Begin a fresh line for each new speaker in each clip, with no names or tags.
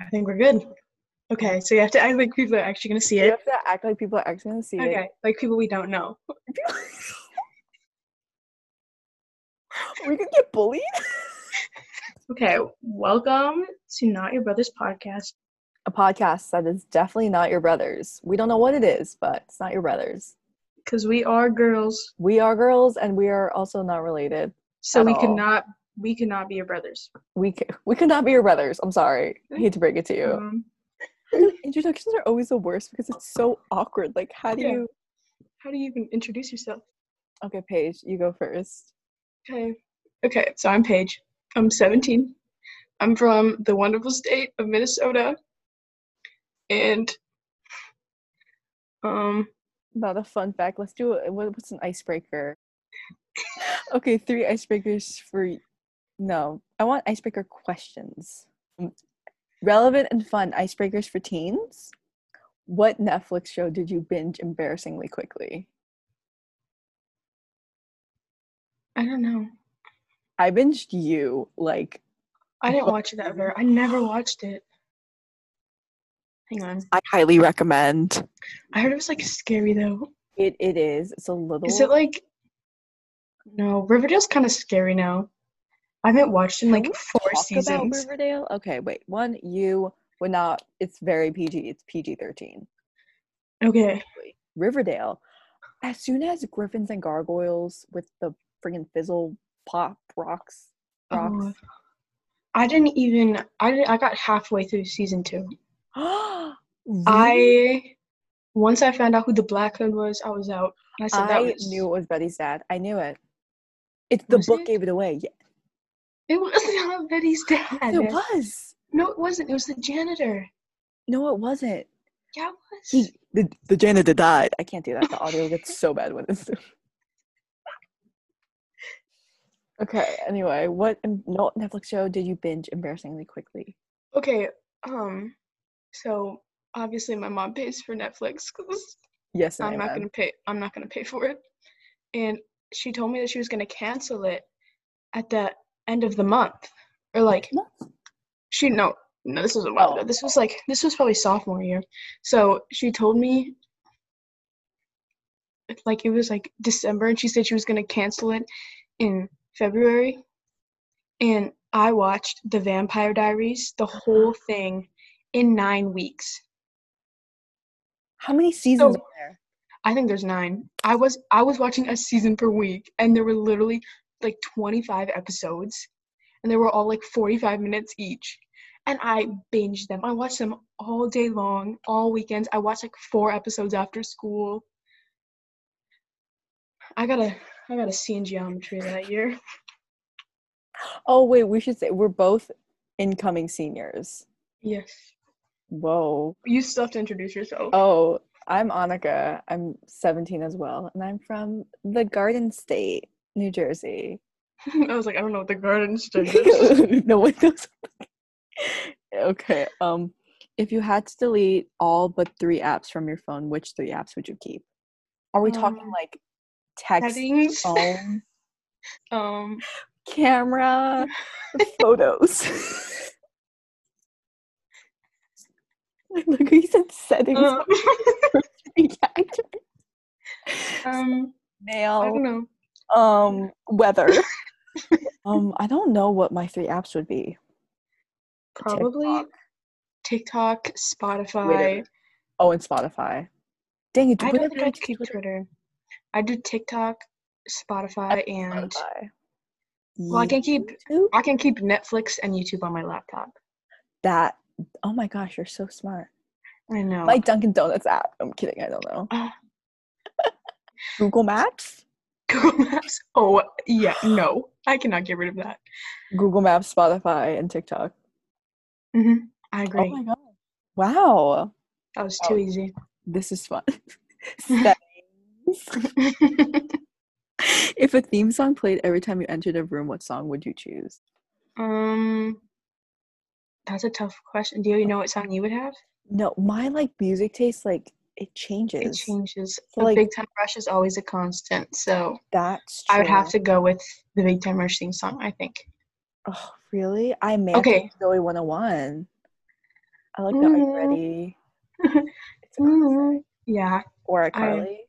I think we're good. Okay, so you have to act like people are actually gonna see
You
it.
have to act like people are actually gonna see
Okay, like people we don't know.
it. we could get bullied.
Okay, welcome to Not Your Brother's podcast.
A podcast that is definitely not your brothers. We don't know what it is, but it's not your brothers.
Because we are girls,
We are girls, and we are also not related.
so
At
we
all.
cannot we cannot be your brothers.
We c- we could not be your brothers. I'm sorry. I hate to break it to you.
Um,
Introductions are always the worst because it's so awkward. Like, how do
Yeah.
you?
how do you even introduce yourself?
Okay, Paige, you go first.
Okay. Okay, so I'm Paige. I'm 17. I'm from the wonderful state of Minnesota. And um
Not a fun fact. Let's do a, what, what's an icebreaker? okay, three icebreakers for. y- No, I want icebreaker questions. Mm, Relevant and fun icebreakers for teens. What Netflix show did you binge embarrassingly quickly?
I don't know.
I binged you like
I didn't
But-
watch it ever. I never watched it. Hang on.
I highly recommend.
I heard it was like scary though.
It it is. It's a little
Is it like no, Riverdale's kind of scary now. I haven't watched in
Can
like
we
four
talk about
seasons.
Riverdale? Okay, wait. One, you would not it's very PG, it's PG thirteen.
Okay.
Riverdale, as soon as Griffins and Gargoyles with the friggin' fizzle pop rocks
Oh,
rocks.
I didn't even I didn't, I got halfway through season 2. Oh.
Really?
I once I found out who the black hood was, I was out. And I said that
I
was
knew it was Betty's dad. I knew it. It's the
Was
book
it?
gave it away. Yeah,
it was not Betty's dad.
it was.
No, it wasn't. It was the janitor.
No, it wasn't.
Yeah, it was.
He, the, the janitor died. I can't do that. The audio gets so bad when it's. okay. Anyway, what em- no Netflix show did you binge embarrassingly quickly?
Okay, um, so obviously my mom pays for Netflix because
Yes, and
I'm not gonna pay. I'm not gonna pay for it. And she told me that she was gonna cancel it at the end of the month, or like
No.
she no no this was a while
Oh.
ago. This was like this was probably sophomore year. So she told me it's like it was like December, and she said she was gonna cancel it in February. And I watched The Vampire Diaries, the whole thing, in nine weeks.
How many seasons
So-
were there?
I think there's nine. I was I was watching a season per week, and there were literally like 25 episodes, and they were all like 45 minutes each. And I binged them. I watched them all day long, all weekends. I watched like four episodes after school. I got a I got a C in geometry that year.
Oh wait, we should say we're both incoming seniors.
Yes.
Whoa.
You still have to introduce yourself.
Oh, I'm Annika. I'm 17 as well, and I'm from the Garden State, New Jersey.
I was like, I don't know what the garden stage is.
no one knows. okay. Um, if you had to delete all but three apps from your phone, which three apps would you keep? Are we talking
Um,
like text,
Settings.
Oh. phone,
Um.
camera, photos? Look, he said settings.
uh, um. I
Mail.
don't know.
Um, weather. um, I don't know what my three apps would be.
Probably TikTok, Spotify.
Oh, and Spotify. Dang it!
I
would
don't think
really
I keep Twitter. I do TikTok, Spotify, and
Spotify.
well, I can keep
YouTube?
I can keep Netflix and YouTube on my laptop.
that. Oh my gosh, you're so smart.
I know.
My Dunkin' Donuts app. I'm kidding. I don't know.
Ah.
Google Maps.
Google Maps. Oh yeah, no, I cannot get rid of that.
Google Maps, Spotify, and TikTok.
hmm I
Oh
agree.
my god! Wow,
that was
Oh.
too easy.
this is fun. Settings. if a theme song played every time you entered a room, what song would you choose?
um, that's a tough question. Do you know what song you would have?
No, my like music taste like it changes.
It changes.
So,
the
like-
Big Time Rush is always a constant, so
That's
I would have
true.
to go with the Big Time Rush theme song. I think.
Oh, really? I may have to
Okay.
go Zoe 101. I like that. Are you
Mm.
ready? It's
Mm. Yeah.
Or
I am-
Carly.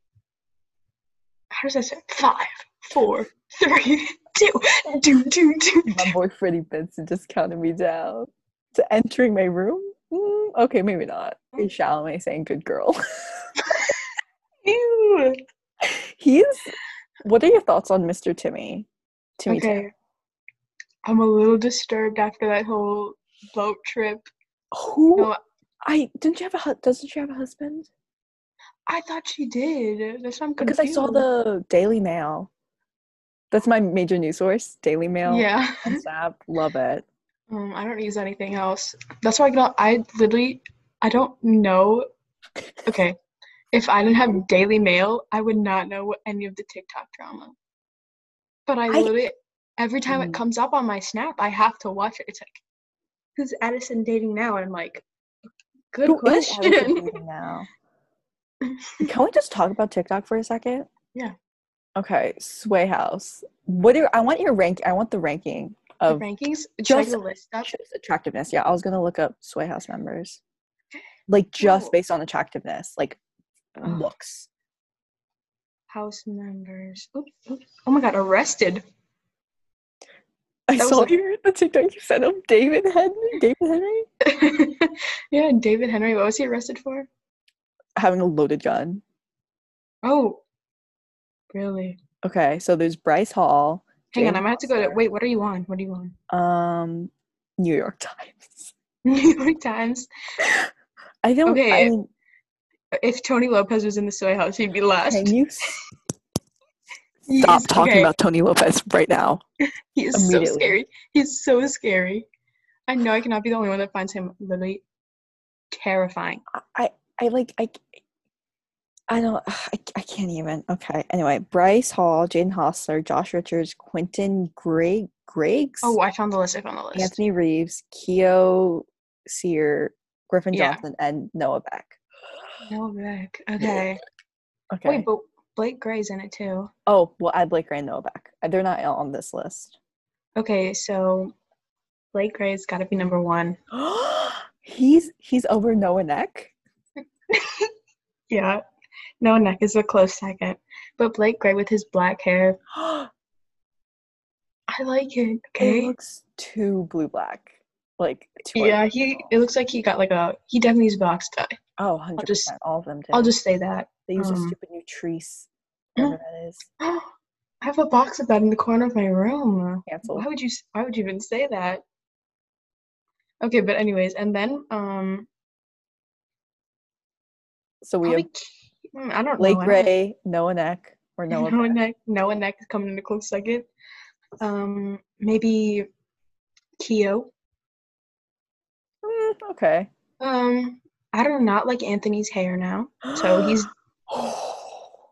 How does that sound? Five, four, three, two, do, do, do.
My boy Freddie Benson just counted me down to entering my room. Mm, okay, maybe not. Is Chalamet saying "good girl"?
Ew.
He's. What are your thoughts on Mr. Timmy? Timmy Tim.
Okay. I'm a little disturbed after that whole boat trip.
Who?
No,
I didn't you have a hu- doesn't she have a husband?
I thought she did. That's why I'm confused.
Because I saw the Daily Mail. That's my major news source. Daily Mail.
Yeah.
on Snap. Love it.
Um, I don't use anything else. That's why I got. I literally, I don't know. Okay, if I didn't have Daily Mail, I would not know what any of the TikTok drama. But I
I-
literally, every time it
Mm.
comes up on my Snap, I have to watch it. It's like, who's Addison dating now? And I'm like, good
Who is Addison
question.
Rae now? Can we just talk about TikTok for a second?
Yeah.
Okay, Sway House. What do I want your rank? I want the ranking
The
of
rankings. Should I
just-
get a list up?
just attractiveness. Yeah, I was gonna look up Sway House members, like just
Oh.
based on attractiveness, like
Ugh.
looks.
House members. Oop, oop. Oh my God, arrested.
I
That was
saw
like-
your the TikTok you sent up David Henry. David Henry
yeah, David Henry. What was he arrested for?
having a loaded gun.
Oh, really?
Okay, so there's Bryce Hall.
Hang on,
Jane
I'm gonna have to go to.
Austen.
Wait, what are you on? What are you on?
Um, New York Times.
New York Times.
I don't. I
Okay. uh,
mean,
If Tony Lopez was in the soy house, he'd be last.
can you
He
stop
is-
talking
okay,
about Tony Lopez right now?
He is so
immediately.
scary. He's so scary. I know I cannot be the only one that finds him literally terrifying.
I I like I c- I don't I, c- I can't even. Okay. Anyway, Bryce Hall, Jaden Hostler, Josh Richards, Quentin Greg Griggs,
Oh, I found the list. I found the list.
Anthony Reeves, Keo Sear, Griffin
Yeah.
Johnson, and Noah Beck.
No, Rick. Okay.
Okay.
Wait, but Blake Gray's in it too.
oh, well add Blake Gray and Noah Beck. Uh, They're not on this list.
Okay, so Blake Gray's got to be number one.
he's he's over Noah Neck.
Yeah. No neck is a close second. But Blake Gray with his black hair, I like it.
It
Okay.
looks too blue black. Like too
Yeah, he. It looks like he got like a. He definitely is box tie.
Oh, 100
just-
percent. All of them did.
I'll just say that.
they use a
um,
stupid new trees.
Mm.
Whatever that is.
I have a box of that in the corner of my room.
Cancelled.
Why would you? s- Why would you even say that? Okay, but anyways, and then um,
So we
probably
have
Ke- mm, I don't
Blake
know.
Ray, Noah Neck, or
I don't,
Noah.
Noah
Beck.
Neck. Noah Neck is coming in a close second. Um, maybe Keo.
Mm, okay.
Um, I do not like Anthony's hair now, so he's.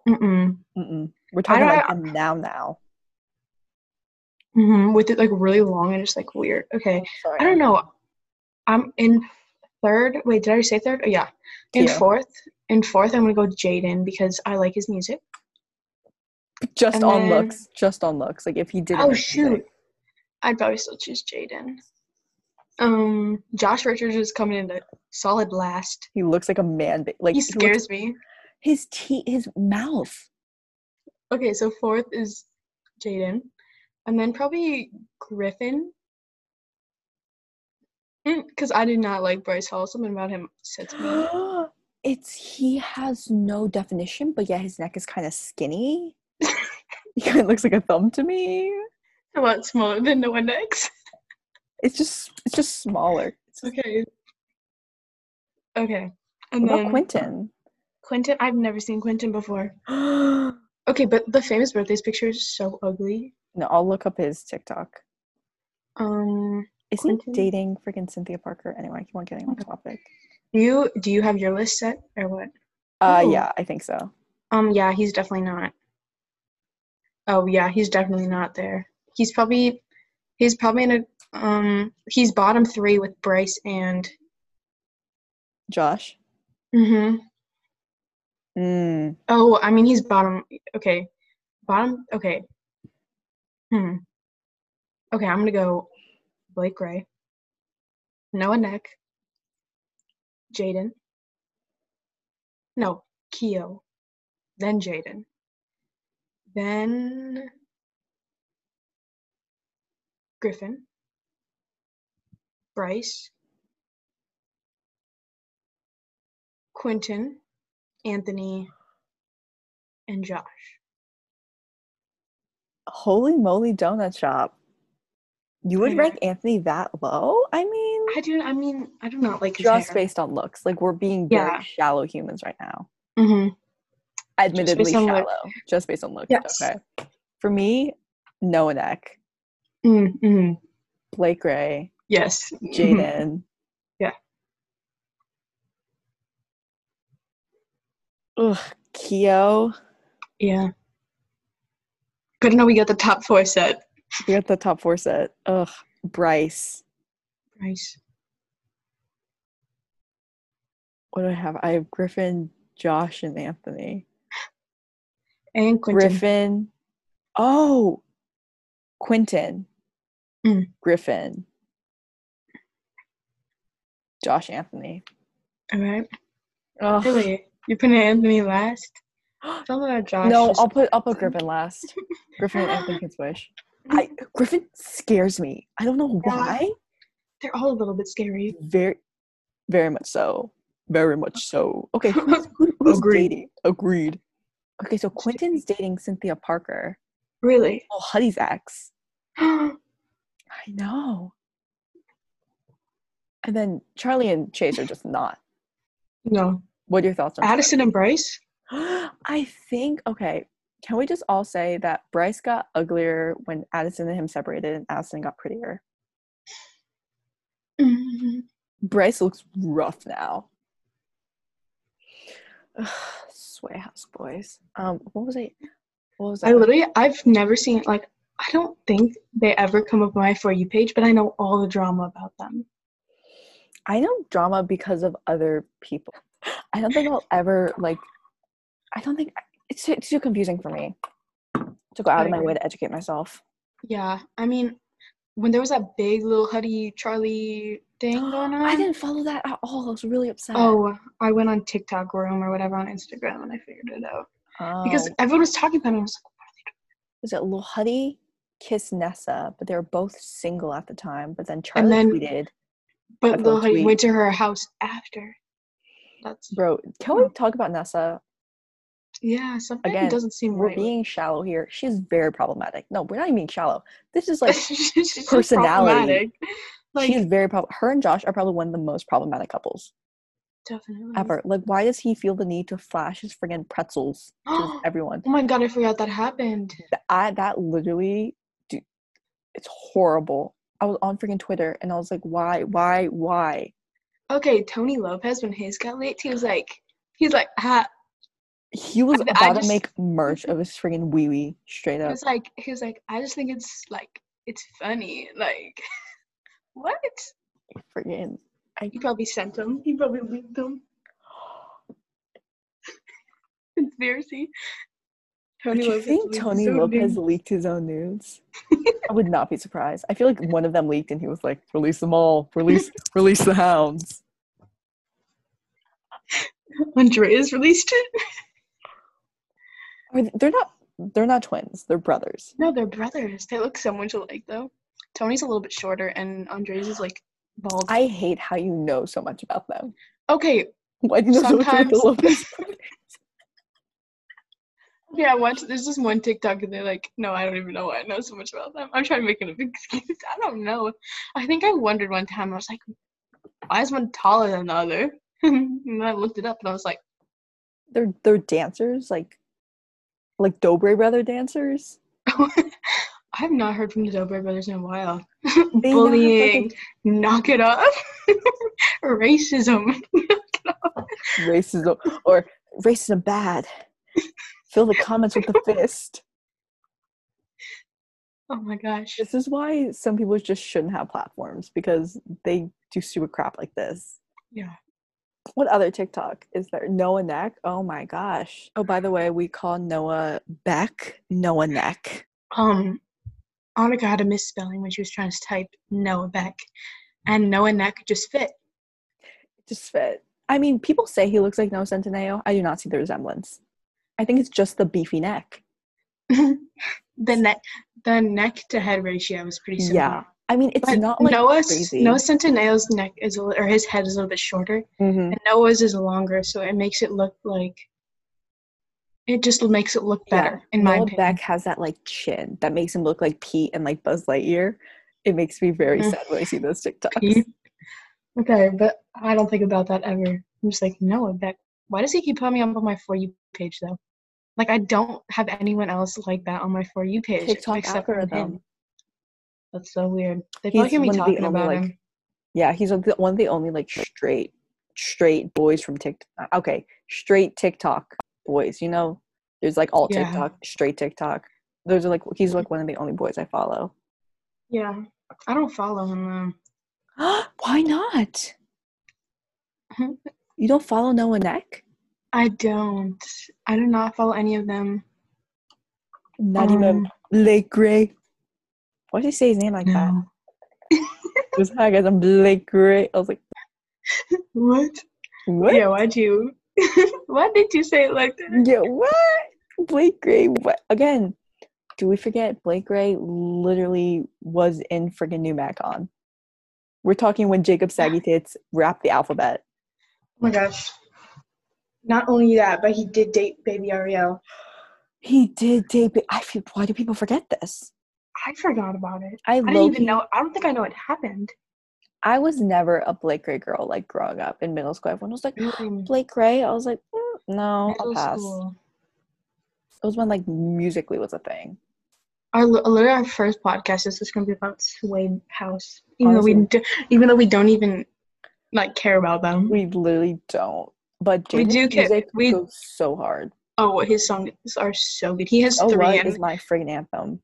Mm-mm.
Mm-mm. We're talking
don't-
about them now. Now.
Mm-hmm, with it like really long and just like weird. Okay.
Sorry.
I don't know. I'm in third. Wait, did I say third? Oh, yeah. In
Yeah.
fourth. In fourth, I'm gonna go Jaden because I like his music.
Just
and
on
then-
looks. Just on looks. Like if he didn't.
Oh
like something-
shoot. I'd probably still choose Jaden. Um, Josh Richards is coming in a solid last.
He looks like a man. ba- Like
He
he looks-
scares me.
his teeth, his mouth.
Okay, so fourth is Jaden, and then probably Griffin. Because I did not like Bryce Hall. Something about him said to me.
it's he has no definition, but yeah, his neck is kind of skinny. he kind of looks like a thumb to me.
A lot smaller than no one next.
It's just it's just smaller. It's just-
Okay. Okay. And
what
then
about Quentin?
Quentin, I've never seen Quentin before. Okay, but the famous birthdays picture is so ugly.
no, I'll look up his TikTok.
Um,
Is
Quentin? Oh.
he dating freaking Cynthia Parker? Anyway, I keep on getting on topic.
do you do you have your list set or what?
Uh,
Ooh.
yeah, I think so.
Um, yeah, he's definitely not. Oh yeah, he's definitely not there. He's probably he's probably in a um he's bottom three with Bryce and
Josh.
mm-hmm.
Mm.
Oh, I mean he's bottom okay. Bottom okay. Hmm. Okay, I'm gonna go Blake Gray. Noah Neck. Jaden. No, Keo. Then Jaden. Then Griffin. Bryce. Quentin, Anthony, and Josh.
Holy moly, donut shop. You would
Yeah.
rank Anthony that low? I mean,
Hmm. I do. I mean, I do not like his
just
hair.
based on looks. Like we're being
Yeah.
very shallow humans right now.
Mhm.
Admittedly
on
shallow,
looks.
just based on looks.
Yes.
Okay. For me, Noah Neck,
Mm, mhm.
Blake Ray,
Yes. mhm.
Jaden.
Yeah.
Ugh, Keo.
Yeah. Good to know we got the top four set.
We got the top four set. Ugh, Bryce.
Bryce.
What do I have? I have Griffin, Josh, and Anthony.
And Quentin.
Griffin. Oh, Quentin.
Mm.
Griffin. Josh Anthony.
All right.
Ugh.
Really? You're putting Anthony last? Tell me about Josh.
No,
just-
I'll put I'll put Griffin last. Griffin and Anthony can swish. I, Griffin scares me. I don't know
Yeah.
why.
They're all a little bit scary.
Very, very much so. Very much so. Okay, who's, who, who's
Agreed.
dating? Agreed. Okay, so Quentin's dating Cynthia Parker.
Really?
Oh, Huddy's ex.
oh
I know. And then Charlie and Chase are just not.
No.
What are your thoughts on Charlie?
Addison and Bryce?
I think okay. Can we just all say that Bryce got uglier when Addison and him separated, and Addison got prettier? Mm-hmm.
Mhm.
Bryce looks rough now. Ugh, Sway House Boys. Um, what was I? What was
I
I?
literally, I've never seen, like, I don't think they ever come up on my For You page, but I know all the drama about them.
I know drama because of other people. I don't think I'll ever like. I don't think it's too, it's too confusing for me to go out of my way
agree.
to educate myself.
Yeah. I mean, when there was that big little Huddy Charlie thing going on,
I didn't follow that at all. I was really upset.
Oh, I went on TikTok room or whatever on Instagram and I figured it out because
Oh.
everyone was talking about it. I was like,
was it Lil Huddy, Kiss Nessa, but they were both single at the time. But then Charlie
then-
tweeted,
but
That's
Lil
so
Huddy
sweet.
went to her house after. That's
"Bro, can
Oh.
we talk about Nessa?
yeah, something
Again,
doesn't seem
We're
right.
being shallow here. She's very problematic. No, we're not even being shallow. This is like
She's just
personality.
problematic. Like
she is very prob. Her and Josh are probably one of the most problematic couples
definitely.
ever. Like, why does he feel the need to flash his friggin' pretzels to everyone?
Oh my god, I forgot that happened.
Th- I that literally, dude, it's horrible. I was on freaking Twitter and I was like, why, why, why?
Okay, Tony Lopez when his got leaked, he was like, he's like, ha.
He was
I- I
about to
just-
make merch of his friggin' wee wee straight
He
up.
was like, he was like, I just think it's like it's funny. Like what?
Friggin'
He probably sent him. He probably leaked him. conspiracy.
Would you think
leaked
Tony
his own
Lopez
name.
leaked his own nudes? I would not be surprised. I feel like one of them leaked and he was like, release them all, release release the hounds.
Andreas released it?
Or th- they're not they're not twins, they're brothers.
No, they're brothers. They look so much alike though. Tony's a little bit shorter and Andreas is like bald.
I hate how you know so much about them.
okay,
Why do you know
Sometimes-
so much about the Lopez brothers?
yeah, once there's this one TikTok and they're like, No, I don't even know why I know so much about them. I'm trying to make an excuse. I don't know. I think I wondered one time, I was like, why is one taller than the other? and then I looked it up and I was like,
They're they're dancers, like like Dobre brother dancers.
I have not heard from the Dobre brothers in a while.
They now have, like, a
Bullying, knock it off. Racism.
racism or racism bad. Fill the comments with the fist.
Oh my gosh.
This is why some people just shouldn't have platforms because they do stupid crap like this.
Yeah.
What other TikTok is there? Noah Neck. Oh my gosh. Oh, by the way, we call Noah Beck Noah Neck.
Um, Annika had a misspelling when she was trying to type Noah Beck, and Noah Neck just fit.
Just fit. I mean, people say he looks like Noah Centineo. I do not see the resemblance. I think it's just the beefy neck.
the neck, the neck to head ratio is pretty similar.
Yeah. I mean, it's
But
not like
Noah's
crazy.
Noah Centineo's neck is a li- or his head is a little bit shorter,
Mhm.
and Noah's is longer, so it makes it look like it just makes it look
Yeah.
better in my
Noah
opinion.
Beck has that like chin that makes him look like Pete and like Buzz Lightyear. It makes me very
Mm.
sad when I see those TikToks.
Pete. Okay, but I don't think about that ever. I'm just like Noah Beck. Why does he keep putting me up on my for you page though? Like I don't have anyone else like that on my for you page
TikTok
except for him.
algorithm.
That's so weird. They
He's
probably hear me
one of the
talking
only,
about
like,
him.
Yeah, he's one of the- one of the only like straight straight boys from TikTok. Okay, straight TikTok boys. You know, there's like all
Yeah.
TikTok, straight TikTok. Those are like he's like one of the only boys I follow.
Yeah, I don't follow him.
Why not?
Though.
You don't follow Noah Neck?
I don't. I do not follow any of them.
Not even
Um,
Blake Gray. Why did you say his name like that?
No.
It was hi guys, I'm Blake Gray. I was like,
What?
what?
Yeah, why'd you? Why did you say it like that?
Yeah, what? Blake Gray, what? Again, do we forget Blake Gray literally was in friggin' New Macon? We're talking when Jacob Saggy Tits rap the alphabet.
Oh my gosh. Not only that, but he did date baby Ariel.
He did date. Ba- I feel, why do people forget this?
I forgot about it.
I,
I
low
didn't even know. I don't think I know it happened.
I was never a Blake Gray girl like growing up in middle school. Everyone was like, Blake Gray. I was like, "Mm, no, I'll
Middle
pass.
school.
It was when like musically was a thing.
Our li- literally our first podcast is just gonna be about Suede House, even though we
Honestly.
do, even though we don't even like care about them.
We literally don't. But
We
Jaden's
do care-
music
we-
goes so hard.
oh, his songs are so good. He has
Oh,
three.
what
and-
is my friggin' anthem?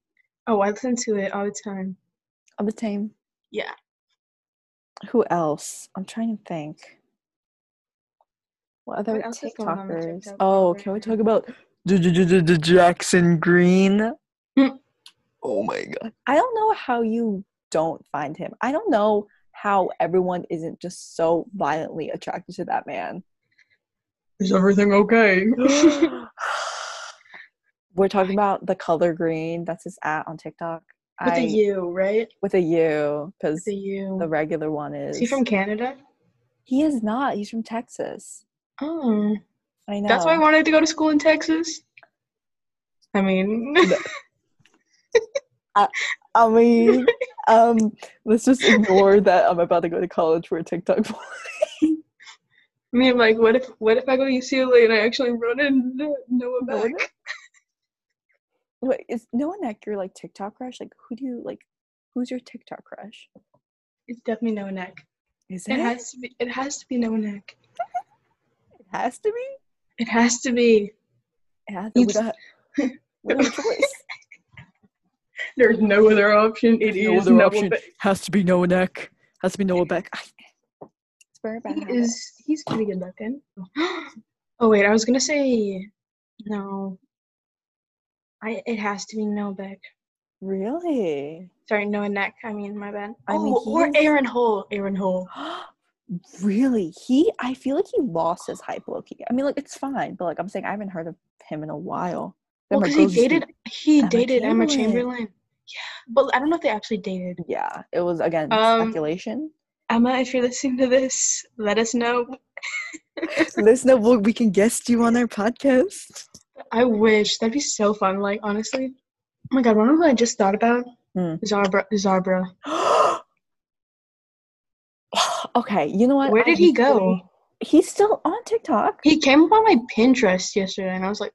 oh, I listen to it all the time.
Of the team.
Yeah.
Who else? I'm trying to think. What other
else is going on with
TikTokers?
TikTok
Oh,
right
can we
now?
talk about J- J- J- J- J- Jackson Green?
Mm.
Oh my god. I don't know how you don't find him. I don't know how everyone isn't just so violently attracted to that man.
Is everything okay?
We're talking about the color green. That's his at on TikTok.
With
I,
a U, right?
With a U, because
With a
the,
U.
regular one is.
Is he from Canada?
He is not. He's from Texas.
Oh.
I know.
That's why I wanted to go to school in Texas. I mean,
I mean, um, let's just ignore that I'm about to go to college for a TikTok. boy.
I mean, like, what if what if I go to UCLA and I actually run into Noah
Noah
Beck?
Beck? Wait, is no one that your like TikTok crush? Like, who do you like? Who's your TikTok crush?
It's definitely Noah Neck.
Is it?
It has to be. It has to be Noah Neck.
It has to be.
It has to be.
It has
You
we don't
just-
have, we don't have a choice.
There's no other option. It is Noah Beck.
Has to be Noah Neck. Has to be Noah Beck. it's very bad.
He
habit.
is. He's pretty good looking. oh wait, I was gonna say no. I. It has to be Noah Beck.
Really?
Sorry, Noah Neck. I mean, my bad.
I mean,
oh,
he
or
is-
Aaron Hole. Aaron Hole.
really? He? I feel like he lost his hype, Loki. I mean, like it's fine, but like I'm saying, I haven't heard of him in a while. Then
Well,
my
Oh, 'cause he
girls used to-
dated. He
Emma
dated Emma
Chamberlain.
Chamberlain. Yeah, but I don't know if they actually dated.
Yeah, it was again
Um,
speculation.
Emma, if you're listening to this, let us know.
Listen, up, we can guest you on our podcast.
I wish that'd be so fun. Like honestly, oh my god, one of what I just thought about
Hmm.
Zabra. Zabra.
okay, you know what?
Where
I
did he
literally-
go?
He's still on TikTok.
He came up on my Pinterest yesterday, and I was like,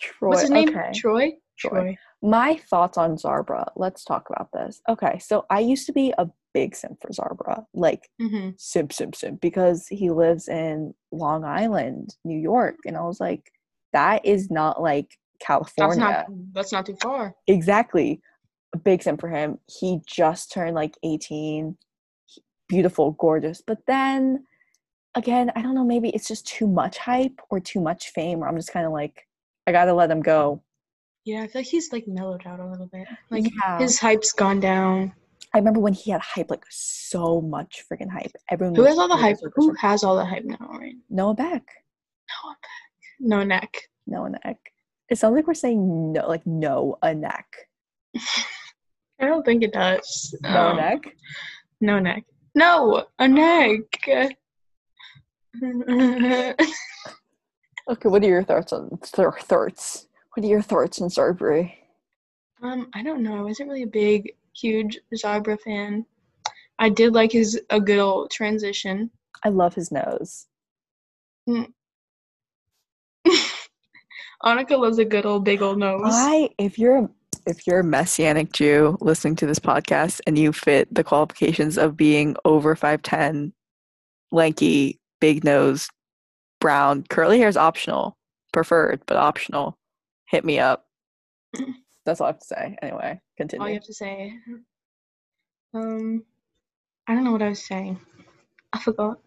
Troy.
"What's his name?
Okay.
Troy?
Troy. My thoughts on Zarbra. Let's talk about this. Okay, so I used to be a big simp for Zarbra. Like
Mm-hmm.
simp simp simp because he lives in long island new york and i was like that is not like
That's not.
california
That's not too far.
exactly a big simp for him he just turned like 18 He- beautiful gorgeous but then again i don't know maybe it's just too much hype or too much fame or i'm just kind of like i gotta let him go
Yeah, I feel like he's like mellowed out a little bit. Like
yeah.
his hype's gone down.
I remember when he had hype, like so much freaking hype. Everyone
Who
was
has all the
really
hype?
super
Who
sure.
has all the hype now, right?
Noah Beck.
No neck.
Noah Neck. It sounds like we're saying no, like no a neck.
I don't think it does.
No
Um,
neck.
No neck. No, a neck.
Okay, what are your thoughts on thir- thoughts? What are your thoughts on Starbury?
um, I don't know. I wasn't really a big, huge Zabra fan. I did like his a good old transition.
I love his nose.
Annika loves a good old big old nose.
I if you're a if you're a messianic Jew listening to this podcast and you fit the qualifications of being over five ten, lanky, big nose, brown, curly hair is optional, preferred but optional. Hit me up. That's all I have to say. Anyway,
all you
continue.
have to say. Um, I don't know what I was saying. I forgot.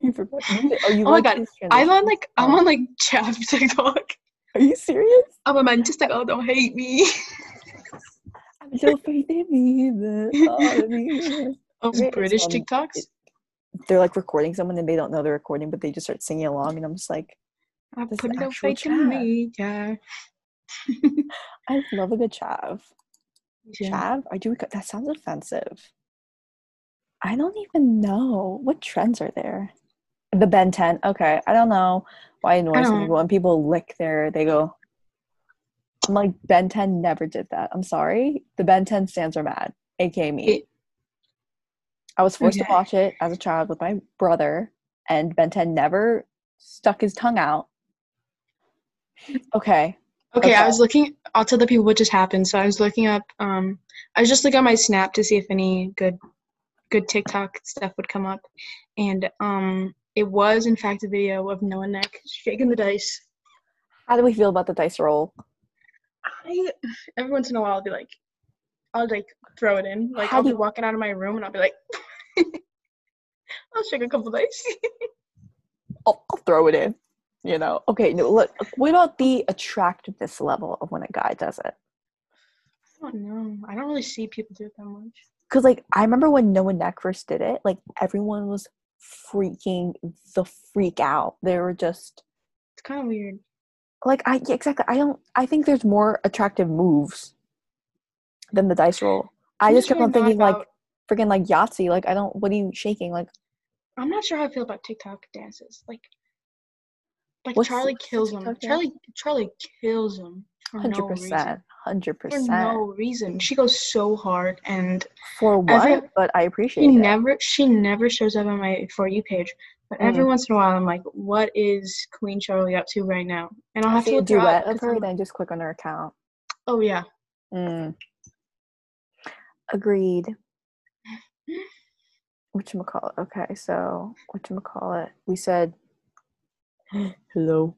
You forgot. You- Oh, you
Oh my
like
God,
his
I'm
transition?
on like I'm on like Chav TikTok.
Are you serious?
I'm a man, just like oh, don't hate me.
Don't faith in me, the thought of me.
Those
Right, it's
British
on-
TikToks.
it- They're like recording someone and they don't know they're recording, but they just start singing along, and I'm just like,
I
this is
put no
uh, actual
faith in
Chav.
me. Yeah.
I love a good chav.
yeah.
Chav? Are you, that sounds offensive. I don't even know. What trends are there? The Ben 10. Okay. I don't know why it annoys
don't-
me. When people lick their, they go, I'm like, Ben 10 never did that. I'm sorry. The Ben 10 stands are mad, aka me.
It-
I was forced
Okay.
to watch it as a child with my brother, and Ben 10 never stuck his tongue out.
Hmm.
Okay.
Okay, I
Okay.
was looking. I'll tell the people what just happened. So I was looking up. Um, I was just looking at my Snap to see if any good, good TikTok stuff would come up, and um, it was in fact a video of Noah Neck shaking the dice.
How do we feel about the dice roll?
I every once in a while I'll be like, I'll like throw it in. Like
How
I'll
do
be
you-
walking out of my room and I'll be like, I'll shake a couple dice.
I'll, I'll throw it in. You know. Okay. No. Look. What about the attractiveness level of when a guy does it?
I don't know. Oh, I don't really see people do it that much.
Because like I remember when Noah Neck first did it, like everyone was freaking the freak out. They were just
It's kind of weird.
like I yeah, exactly. I don't. I think there's more attractive moves than the dice roll. I
I'm
just kept
really
on
not
thinking like
about-
freaking like Yahtzee. Like I don't. What are you shaking? Like
I'm not sure how I feel about TikTok dances. Like, like
What's-
Charlie
what's the
kills them.
TikTok dance?
Charlie Charlie kills them for
hundred
no reason.
percent, hundred
For
percent.
no reason. She goes so hard, and
For what?
Every-
but I
she
appreciate it.
never she never shows up on my for you page. But every
Mm.
once in a while, I'm like, what is Queen Charlie up to right now? And I'll
I
have
see
to
a
look her up
duet of
'cause I'm
her,
like,
then just click on her account.
Oh yeah,
Mm. Agreed. Whatchamacallit. Okay, so whatchamacallit. We said hello.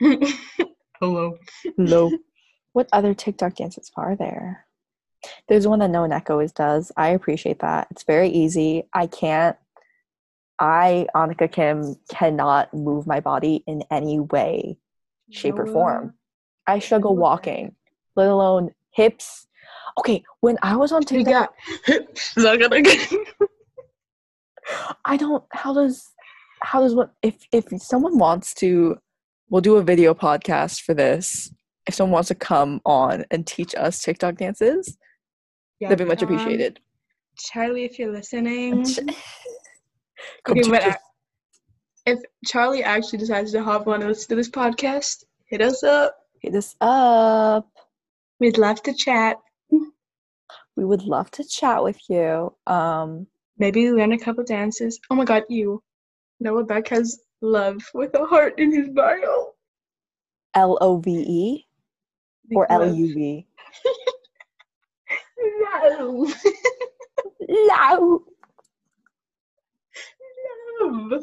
hello.
Hello. what other TikTok dances are there? There's one that no one Echo always does. I appreciate that. It's very easy. I can't I, Annika Kim, cannot move my body in any way. Shape or form. I struggle
love that.
walking, let alone hips. Okay, when I was on
We
TikTok,
got
I don't how does how does what if if someone wants to we'll do a video podcast for this. If someone wants to come on and teach us TikTok dances, that'd be much
Um,
appreciated.
Charlie, if you're listening.
And sh- Come
Okay,
teach
but
us.
I- if Charlie actually decides to hop on and listen to this podcast, hit us up.
hit us up.
We'd love to chat.
We would love to chat with you. Um
Maybe learn a couple dances. Oh my god, you. Noah Beck has love with a heart in his bio.
L O V E or L E
Love.
U V.
Love.
Love.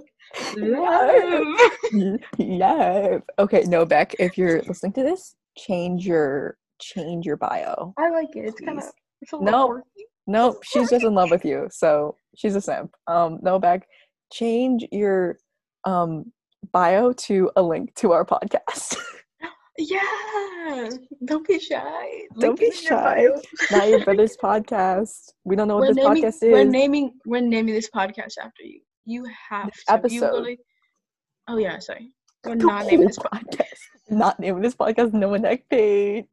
Love. Love.
Love. Okay, no, Beck, if you're listening to this, change your change your bio.
I like it. It's kind of.
Please.
It's a
No.
little quirky.
Nope, she's just in love with you, so she's a simp. Um, no, Beck, change your um bio to a link to our podcast.
Yeah. Don't be shy.
Don't
Link
be
is in your
shy.
bio.
Not your brother's podcast. We don't know what
we're
this
naming,
podcast
We're
is.
naming we're naming this podcast after you. You have to. You
episode.
literally, oh yeah, sorry. We're
The
not naming
whole
this podcast.
Not naming this podcast Noah Neck Page.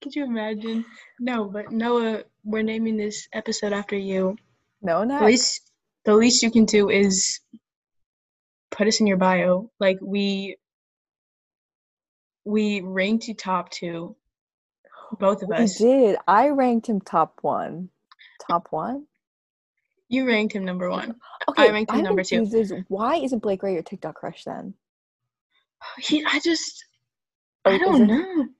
Could you imagine? No, but Noah, we're naming this episode after you.
Noah Neck.
The least the least you can do is put us in your bio. Like we we ranked you top two. Both of
We
us.
did. I ranked him top one. Top one?
You ranked him number one.
Okay,
ranked him number two.
confused is Why isn't Blake Gray your TikTok crush then?
He I just
Or
I
Oh, is
don't
it
know. Um,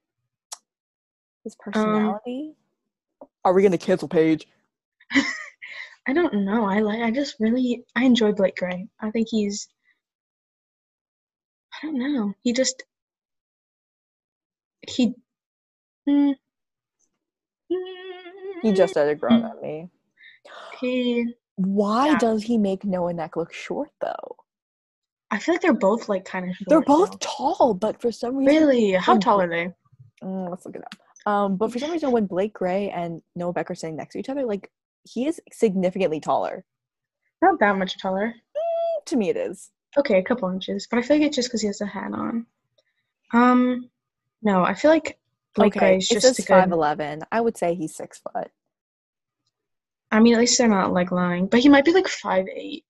His personality? Are we gonna cancel Paige?
I don't know. I like. I just really. I enjoy Blake Gray. I think he's. I don't know. He just. He. Mm,
You just started growing
Mm.
on me.
He.
Why
Yeah.
does he make Noah Neck look short though?
I feel like they're both like kind of.
They're both tall, but for some reason
Really? How
they're
tall are they?
Mm, let's look it up. Um, but for some reason, when Blake Gray and Noah Beck are sitting next to each other, like he is significantly taller.
Not that much taller.
To me, it is.
Okay, a couple inches, but I feel like it's just because he has a hat on. Um, no, I feel like Blake Gray is
it
just
says
a
five
good.
eleven. I would say he's six foot.
I mean, at least they're not like lying, but he might be like five eight.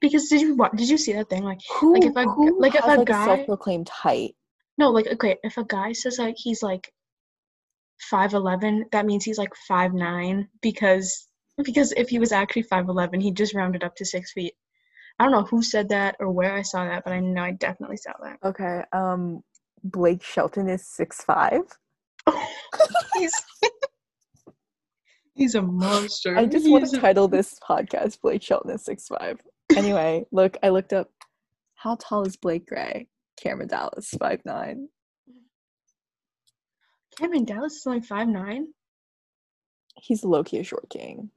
Because did you what? Did you see that thing? Like
Who,
Like, if a g-
who
like, if
has
a
like
guy-
a self-proclaimed height?
No, like okay, if a guy says like he's like five eleven, that means he's like five nine because because if he was actually five eleven, he just rounded up to six feet. I don't know who said that or where I saw that, but I know I definitely saw that.
Okay. Um, Blake Shelton is six five.
he's he's a monster.
I just want
He's
to
a-
title this podcast Blake Shelton is six five. Anyway, look, I looked up how tall is Blake Gray? Cameron Dallas five nine.
Kevin Dallas is only five nine.
He's low key a short king.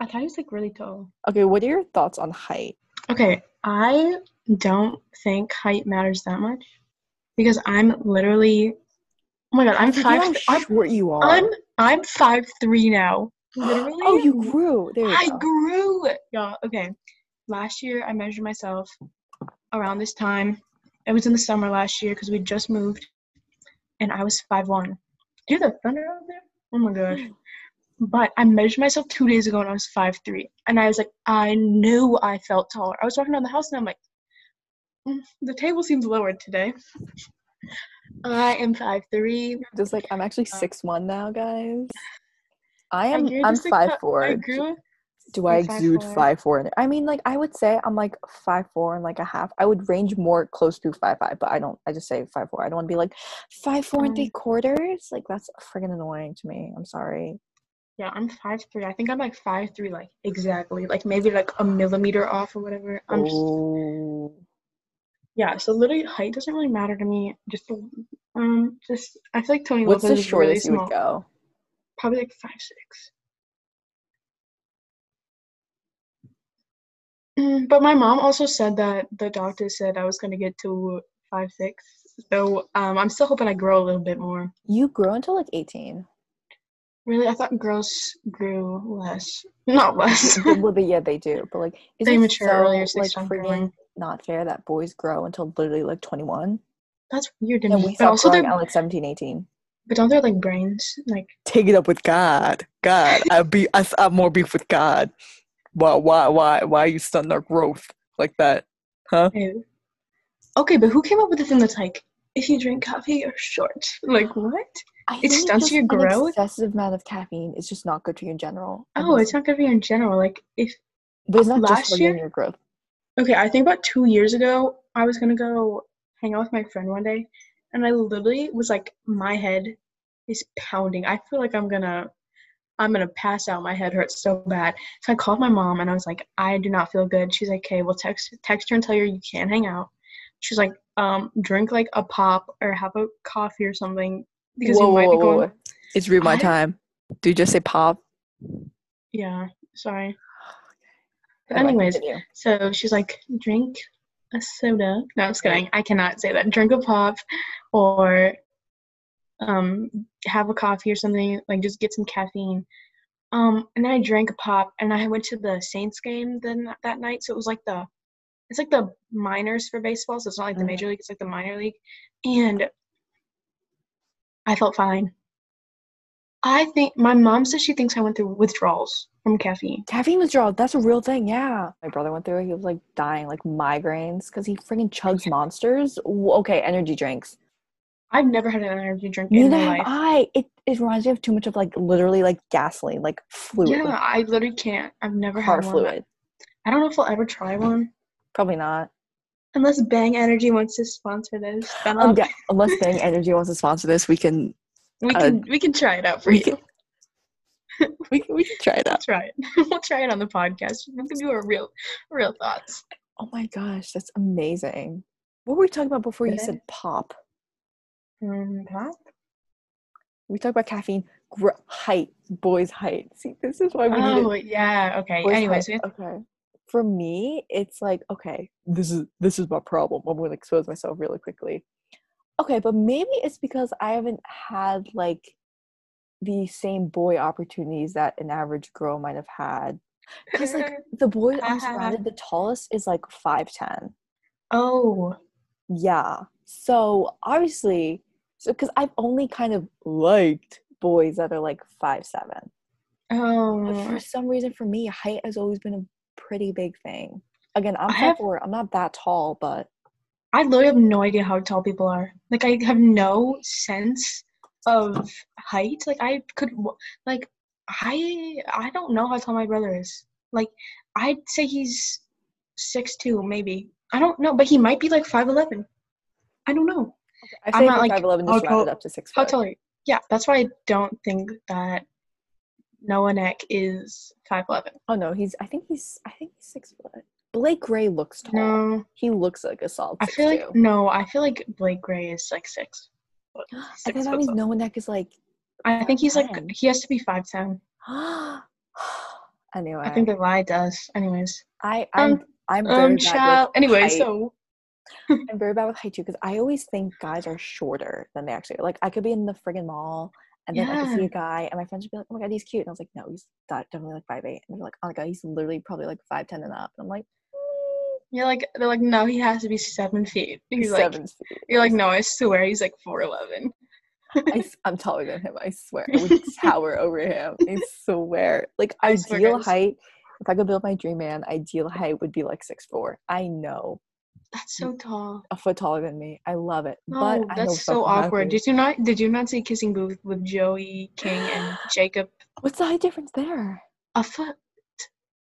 I thought he was like really tall.
Okay, what are your thoughts on height?
Okay, I don't think height matters that much because I'm literally. Oh my god, I'm
Forget
five.
how
I'm
short you are.
I'm I'm five three now. Um, Literally.
oh, you grew. There you
I
go.
grew. Y'all, okay. Last year I measured myself around this time. It was in the summer last year because we just moved and I was five one. Hear the thunder out there? Oh my gosh. But I measured myself two days ago and I was five three. And I was like, I knew I felt taller. I was walking down the house and I'm like, "Mm, the table seems lowered today. I am five three.
Just like I'm actually six one now, guys.
I
I am.
grew
I'm
just like
five
that- I
four.
grew
Do I
You're five
exude
four.
five four? I mean, like I would say I'm like five four and like a half. I would range more close to five five, but I don't. I just say five four. I don't want to be like five four and
Um,
three quarters. Like that's friggin' annoying to me. I'm sorry.
Yeah, I'm five three. I think I'm like five three, like exactly, like maybe like a millimeter off or whatever. I'm just
Oh,
yeah. So literally, height doesn't really matter to me. Just um, just I feel like Tony
what's the
Lopez is really
shortest you
small.
would go?
Probably like five six. Mm, but my mom also said that the doctor said I was gonna get to five six. So um, I'm still hoping I grow a little bit more.
You grow until like eighteen.
Really, I thought girls grew less, not less.
Th- well, they- yeah, they do. But like, is
they
it
mature
so
earlier, so they
like
stop
friggin'
growing.
not fair that boys grow until literally like 21,
That's weird to
and
me.
we
But
stop
also,
growing
they're
at like 17, 18?
but don't their like brains like.
Take it up with God. God, I be I s- I have more beef with God. Why why why why you stunting our growth like that? Huh?
Ew. Okay, but who came up with the thing that's like, if you drink coffee, you're short? Like, what?
I
It
think
stunts
just
your
an
growth?
excessive amount of caffeine is just not good for you in general. and
Oh,
it's-
it's not gonna be in general. Like, if,
but it's not just
last
for you and
year-
your growth.
okay, I think about two years ago, I was gonna go hang out with my friend one day, and I literally was like, my head is pounding. I feel like I'm gonna. I'm gonna pass out. My head hurts so bad. So I called my mom and I was like, I do not feel good. She's like, okay, well text text her and tell her you can't hang out. She's like, um, drink like a pop or have a coffee or something because you might be going.
It's read my
I-
time. Do you just say pop?
Yeah, sorry. But
Anyway,
anyways,
continue.
so she's like, drink a soda. No, I'm just kidding. I cannot say that. Drink a pop or um have a coffee or something, like just get some caffeine. Um and then I drank a pop and I went to the Saints game then that night. So it was like the it's like the minors for baseball, so it's not like the
Mhm.
major league, it's like the minor league. And I felt fine. I think my mom says she thinks I went through withdrawals from caffeine.
Caffeine withdrawal, that's a real thing, yeah. My brother went through it. He was like dying, like migraines, because he freaking chugs monsters. W- Okay, energy drinks.
I've never had an energy drink in
Neither
my
have
life.
I. It, it reminds me of too much of like literally like gasoline, like fluid,
Yeah,
like
I literally can't. I've never
car
had one.
fluid.
I don't know if I'll ever try one.
Probably not.
Unless Bang Energy wants to sponsor this, then I'll,
Um, yeah, unless Bang Energy wants to sponsor this, we can
we
uh,
can we can try it out for
we
you.
can- uh, we can, we can try it
We'll
out.
try it. we'll try it on the podcast. We'll give you our real real thoughts.
Oh my gosh, that's amazing. What were we talking about before you
Yeah.
said pop? Mm,
Um,
We talked about caffeine, gr- height, boys' height. See, this is why we need it.
oh yeah, okay.
Boys'
Anyways, we
height, okay. For me, it's like okay, this is this is my problem. I'm gonna expose myself really quickly. Okay, but maybe it's because I haven't had like the same boy opportunities that an average girl might have had. Because like the boy I'm surrounded, the tallest is like five ten.
oh,
Yeah. So obviously, so because I've only kind of liked boys that are like five seven. But
oh,
for some reason, for me, height has always been a pretty big thing. Again, I'm
I
five
have-
four. I'm not that tall, but
I literally have no idea how tall people are. Like I have no sense of height. Like I could w- like I I don't know how tall my brother is. Like I'd say he's six two maybe. I don't know, but he might be like five eleven. I don't know.
I
I'm
say
not,
from
like,
five eleven,
how
just round it
tall-
up to six
How
foot.
tall are you? Yeah, that's why I don't think that Noah Neck is five eleven.
Oh no, he's. I think he's. I think he's six foot. Blake Gray looks tall.
No,
He looks like a solid.
I feel like
6'2".
no, I feel like Blake Gray is like six. foot-
and
six
then that
foot
means
something.
no one neck is like.
I think he's like
5'10".
he has to be five ten.
anyway,
I think they lied to us. Anyways.
I I'm
Um,
I'm very
Um,
bad
child.
with
Anyway,
height.
so
I'm very bad with height too because I always think guys are shorter than they actually are. Like I could be in the friggin' mall and then I could see
Yeah.
a guy and my friends would be like, "Oh my god, he's cute," and I was like, "No, he's not, definitely like five eight. And they're like, "Oh my god, he's literally probably like five ten and up." And I'm like,
you're like, they're like, no, he has to be seven feet. He's
"He's
like,
seven feet."
you're like, no, I swear, he's like four eleven.
I, am taller than him. I swear, I would tower over him. I swear. Like
I swear,
ideal
guys.
height. If I could build my dream man, ideal height would be like six four. I know
That's so tall.
a foot taller than me. I love it, but
No,
I know
Oh, that's
it's
so
not gonna
awkward.
happen.
Did you not? Did you not see Kissing Booth with Joey King and Jacob?
What's the height difference there?
A foot,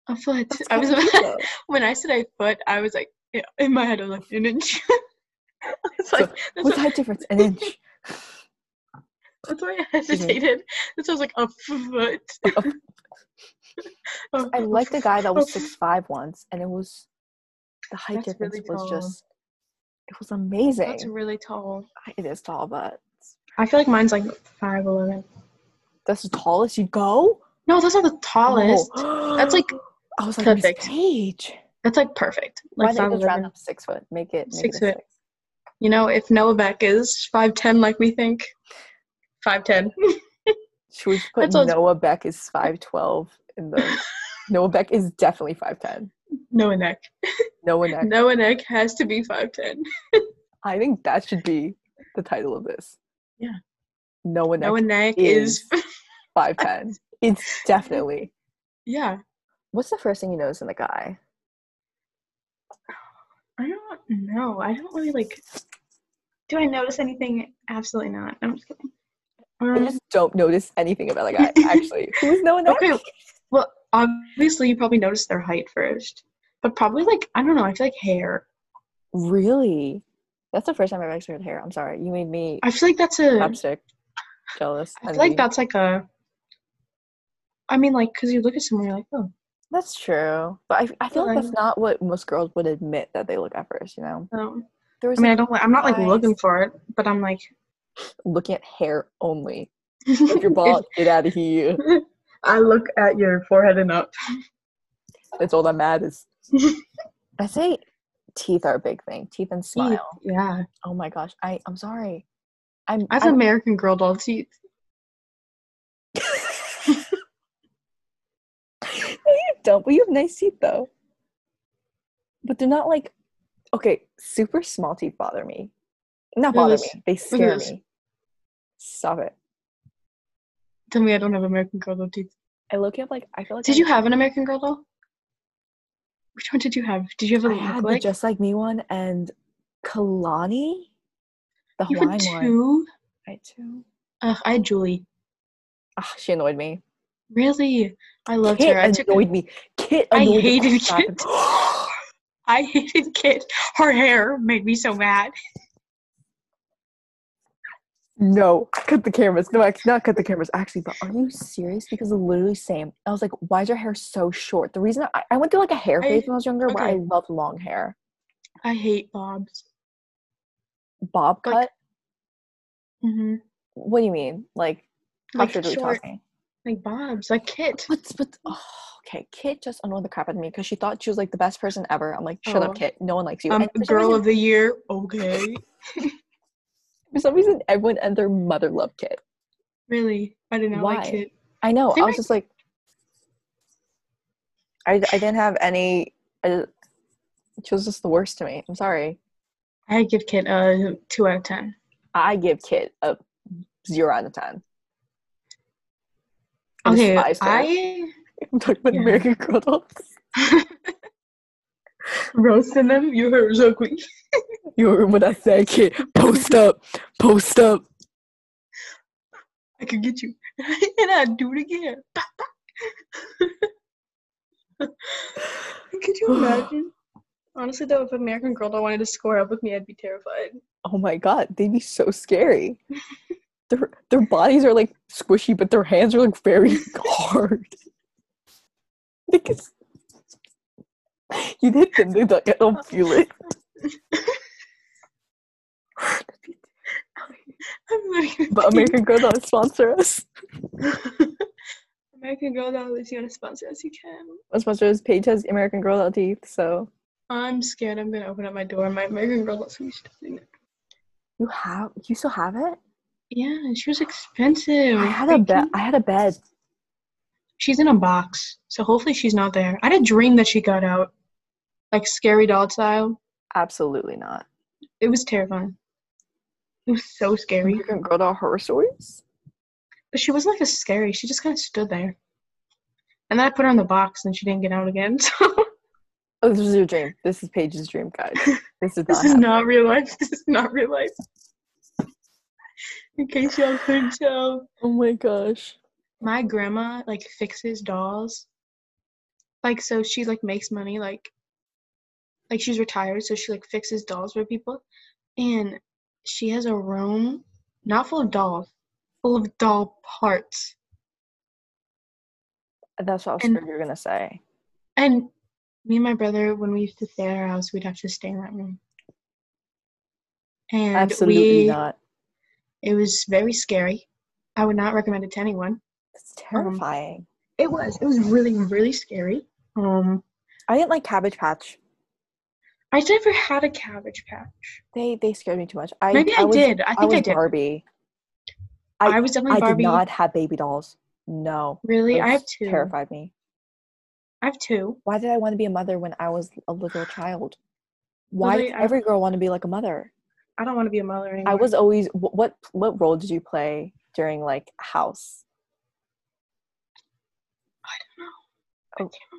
a foot.
That's
I was
kinda cute, though.
when I said a foot, I was like, yeah, in my head, I was like an inch. it's like that's
What's
what,
the height difference? An inch.
that's why I
Excuse me.
hesitated. This was like a foot.
I liked a guy that
Oh.
was six five once, and it was the height
That's
difference
really
was
tall.
just it was amazing.
That's really tall.
it is tall, but
I feel like mine's like five eleven.
that's the tallest you go.
No, those are the
Oh.
tallest. That's like
I was like
perfect.
perfect. Page.
that's like perfect.
Why
Like
don't
five
you just round
eleven.
up to six foot? Make it make
Six
it a
foot.
six.
You know, if Noah Beck is five ten like we think. Five ten.
Should we just put
That's all-
Noah Beck is five twelve in the Noah Beck is definitely five ten.
Noah Neck.
Noah Neck.
Noah Neck has to be five ten.
I think that should be the title of this.
Yeah.
Noah Neck
Noah Neck
is
is,
five ten. It's definitely.
yeah.
What's the first thing you notice in a guy?
I don't know. I don't really like do I notice anything? Absolutely not. I'm just kidding.
I
Um,
just don't notice anything about a guy. Actually, who's Noah Neck?
Okay. Well, obviously you probably noticed their height first, but probably like I don't know. I feel like hair.
Really? That's the first time I've actually heard hair. I'm sorry, you made me
I feel like that's a. I
chopstick jealous.
feel like
envy.
that's like a. I mean, like, cause you look at someone, you're like, oh,
That's true, but I, I feel like that's
Like-
not what most girls would admit that they look at first. You know,
no.
there was
I mean, I
like,
don't. like- I'm not like
eyes.
looking for it, but I'm like.
looking at hair only. If you're bald, get out of here.
I look at your forehead and up.
That's all that matters. I say teeth are a big thing. Teeth and smile.
Yeah.
Oh my gosh. I I'm sorry. I'm
I have
I'm-
American Girl doll teeth.
no, you don't. But you have nice teeth though. But they're not like okay. Super small teeth bother me.
Look at
Not bother
this.
me. They scare
this.
me. Stop it.
Tell me I don't have American Girl doll teeth.
I look up like I feel like
Did
I-
you have an American Girl doll? Which one did you have? Did you have a
I had the
like?
just like me one and Kalani, the
you had
Hawaiian one.
two?
I had two.
Ugh, I had Julie.
Ah, she annoyed me.
Really? I loved
Kit
her. I, took,
annoyed me. Kit
I
annoyed the
hated
crap out of
Kit.
me.
I hated Kit. Her hair made me so mad.
No, cut the cameras. No, I not cut the cameras. Actually, but are you serious? Because it's literally same. I was like, why is your hair so short? The reason I, I went through like a hair
I-
phase when I was younger where I
okay.
loved long hair.
I hate bobs.
Bob cut?
Like- Mm-hmm.
what do you mean? Like, how
Like
short are we
short, mm.
talking?
like bobs, like Kit.
But, but, oh, okay. Kit just annoyed the crap out of me because she thought she was like the best person ever. I'm like, shut
Oh.
up, Kit. No one likes you.
Um,
And for some
girl
reason-
of the year. Okay.
for some reason, everyone and their mother loved Kit.
Really? I did not
Why?
like Kit.
I know.
They
I was
might-
just like, I, I didn't have any. I, she was just the worst to me. I'm sorry.
I give Kit a two out of ten.
I give Kit a zero out of ten. It was
Okay,
five stars.
I
I'm talking about
yeah.
American Girl dolls.
roasted them. You heard so quick.
You heard what I said, Kit. Post up, post up.
I could get you, and I'd do it again. Bah, bah. could you imagine? Honestly, though, if American Girl don't wanted to score up with me, I'd be terrified.
Oh my god, they'd be so scary. Their their bodies are like squishy, but their hands are like very hard. Because you'd hit them, they'd like, I don't feel it.
I'm literally.
But American Girl Dolls sponsor us.
American Girl doll, if you want to sponsor us, you can.
Sponsor us. Paige has American Girl Doll teeth, so
I'm scared. I'm gonna open up my door. and My American Girl doll's gonna be stuffed in there.
you have you still have it.
Yeah, and she was expensive.
I had a bed.
freaking-
I had a bed.
She's in a box, so hopefully she's not there. I had a dream that she got out, like scary doll style.
Absolutely not.
It was terrifying. It was so scary.
American Girl Doll horror stories.
But she wasn't like a scary. She just kind of stood there. And then I put her in the box, and she didn't get out again. So
Oh, this is your dream. This is Paige's dream, guys. This is
this is
not. happening.
not real life. This is not real life. In case y'all couldn't tell.
oh my gosh.
my grandma like fixes dolls like so she like makes money like like she's retired so she like fixes dolls for people and she has a room not full of dolls full of doll parts
That's what I was
And-
scared you were gonna say.
and me and my brother when we used to stay at our house we'd have to stay in that room and
Absolutely
we,
not.
it was very scary i would not recommend it to anyone
That's
um,
terrifying.
it was it was really really scary um
I didn't like Cabbage Patch.
i never had a cabbage patch
They they scared me too much. I
Maybe I,
was,
did. I
I
think
was
I, did.
Barbie. I-
I, was definitely
I did
Barbie.
not have baby dolls. No.
really, I
Those
have two.
Terrified me.
I have two.
Why did I want to be a mother when I was a little child? Why
they-
did
I-
every girl want to be like a mother?
I don't want to be a mother anymore.
I was always wh- what what role did you play during like house?
I don't know.
Oh.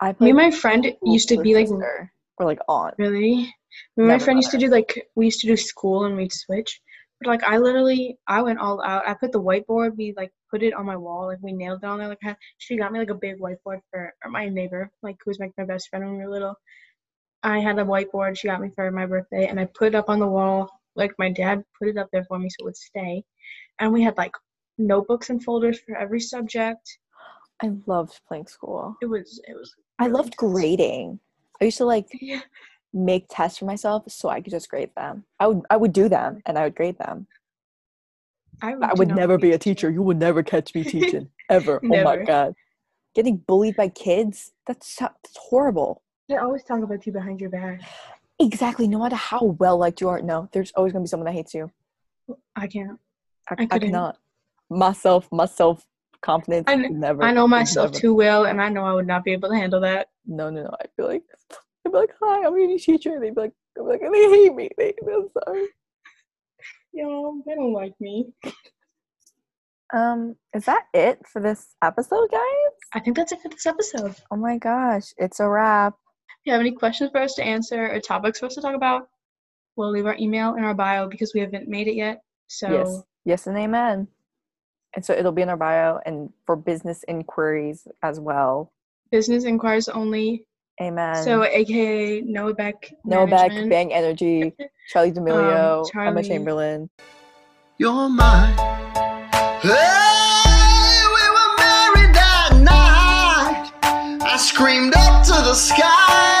I
Me
played
and my friend
cool
used to
with
be like
sister or like aunt.
really. Me and my
Never
friend used to do like we used to do school and we'd switch. But like I literally, I went all out. I put the whiteboard. We like put it on my wall. Like we nailed it on there. Like I- she got me like a big whiteboard for or my neighbor, like who was like my best friend when we were little. I had a whiteboard she got me for my birthday, and I put it up on the wall. Like my dad put it up there for me so it would stay. And we had like notebooks and folders for every subject.
I loved playing school.
It was it was.
I
really
loved
intense.
grading. I used to like
Yeah,
make tests for myself so I could just grade them. I would I would do them and I would grade them.
I
I
do
would
not
never
want
be a teacher. You would never catch me teaching ever. Oh my
Never.
god. Getting bullied by kids, that's so- that's horrible.
They always talk about you behind your back.
Exactly. No matter how well liked you are, no, there's always gonna be someone that hates you.
I can't.
I,
I
I,
couldn't.
cannot. Myself, myself, confidence.
I kn-
never.
I know myself
never.
too well, and I know I would not be able to handle that.
No, no, no. I'd be like, I'd be like, hi, I'm a new teacher. And they'd be like, I'd be like, they hate me. They, I'm sorry.
Yo, they don't like me.
Um, is that it for this episode, guys?
I think that's it for this episode. If
Oh my gosh, it's a wrap.
you have any questions for us to answer or topics for us to talk about, we'll leave our email in our bio because we haven't made it yet. So
Yes, yes, and amen. And so it'll be in our bio and for business inquiries as well.
business inquires only.
Amen.
so aka Um, Noah Beck.
No back,
Management. Um,
Bang Energy, Charlie D'Amelio, Emma
Charlie.
Chamberlain.
You're mine. Hey, we were married that night. I screamed up to the sky.